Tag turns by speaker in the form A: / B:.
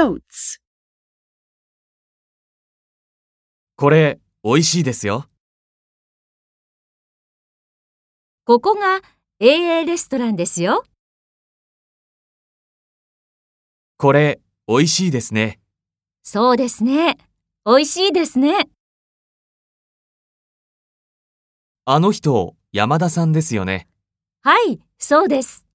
A: Notes.
B: これ、美味しいですよ。
C: ここが AA レストランですよ。
B: これ、美味しいですね。
C: そうですね。美味しいですね。
B: あの人、山田さんですよね。
C: はい、そうです。